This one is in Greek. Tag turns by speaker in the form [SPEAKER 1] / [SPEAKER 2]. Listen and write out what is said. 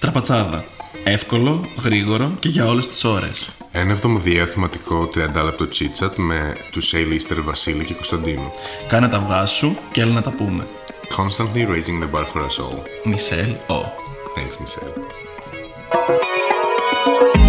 [SPEAKER 1] καρπατσάδα. Εύκολο, γρήγορο και για όλες τις ώρες.
[SPEAKER 2] Ένα εβδομαδιαίο θεματικό 30 λεπτό τσίτσατ με του A-lister Βασίλη και Κωνσταντίνου.
[SPEAKER 1] Κάνε τα αυγά σου και έλα να τα πούμε.
[SPEAKER 2] Constantly raising the bar for us all.
[SPEAKER 1] Μισελ, ο.
[SPEAKER 2] Thanks, Michelle.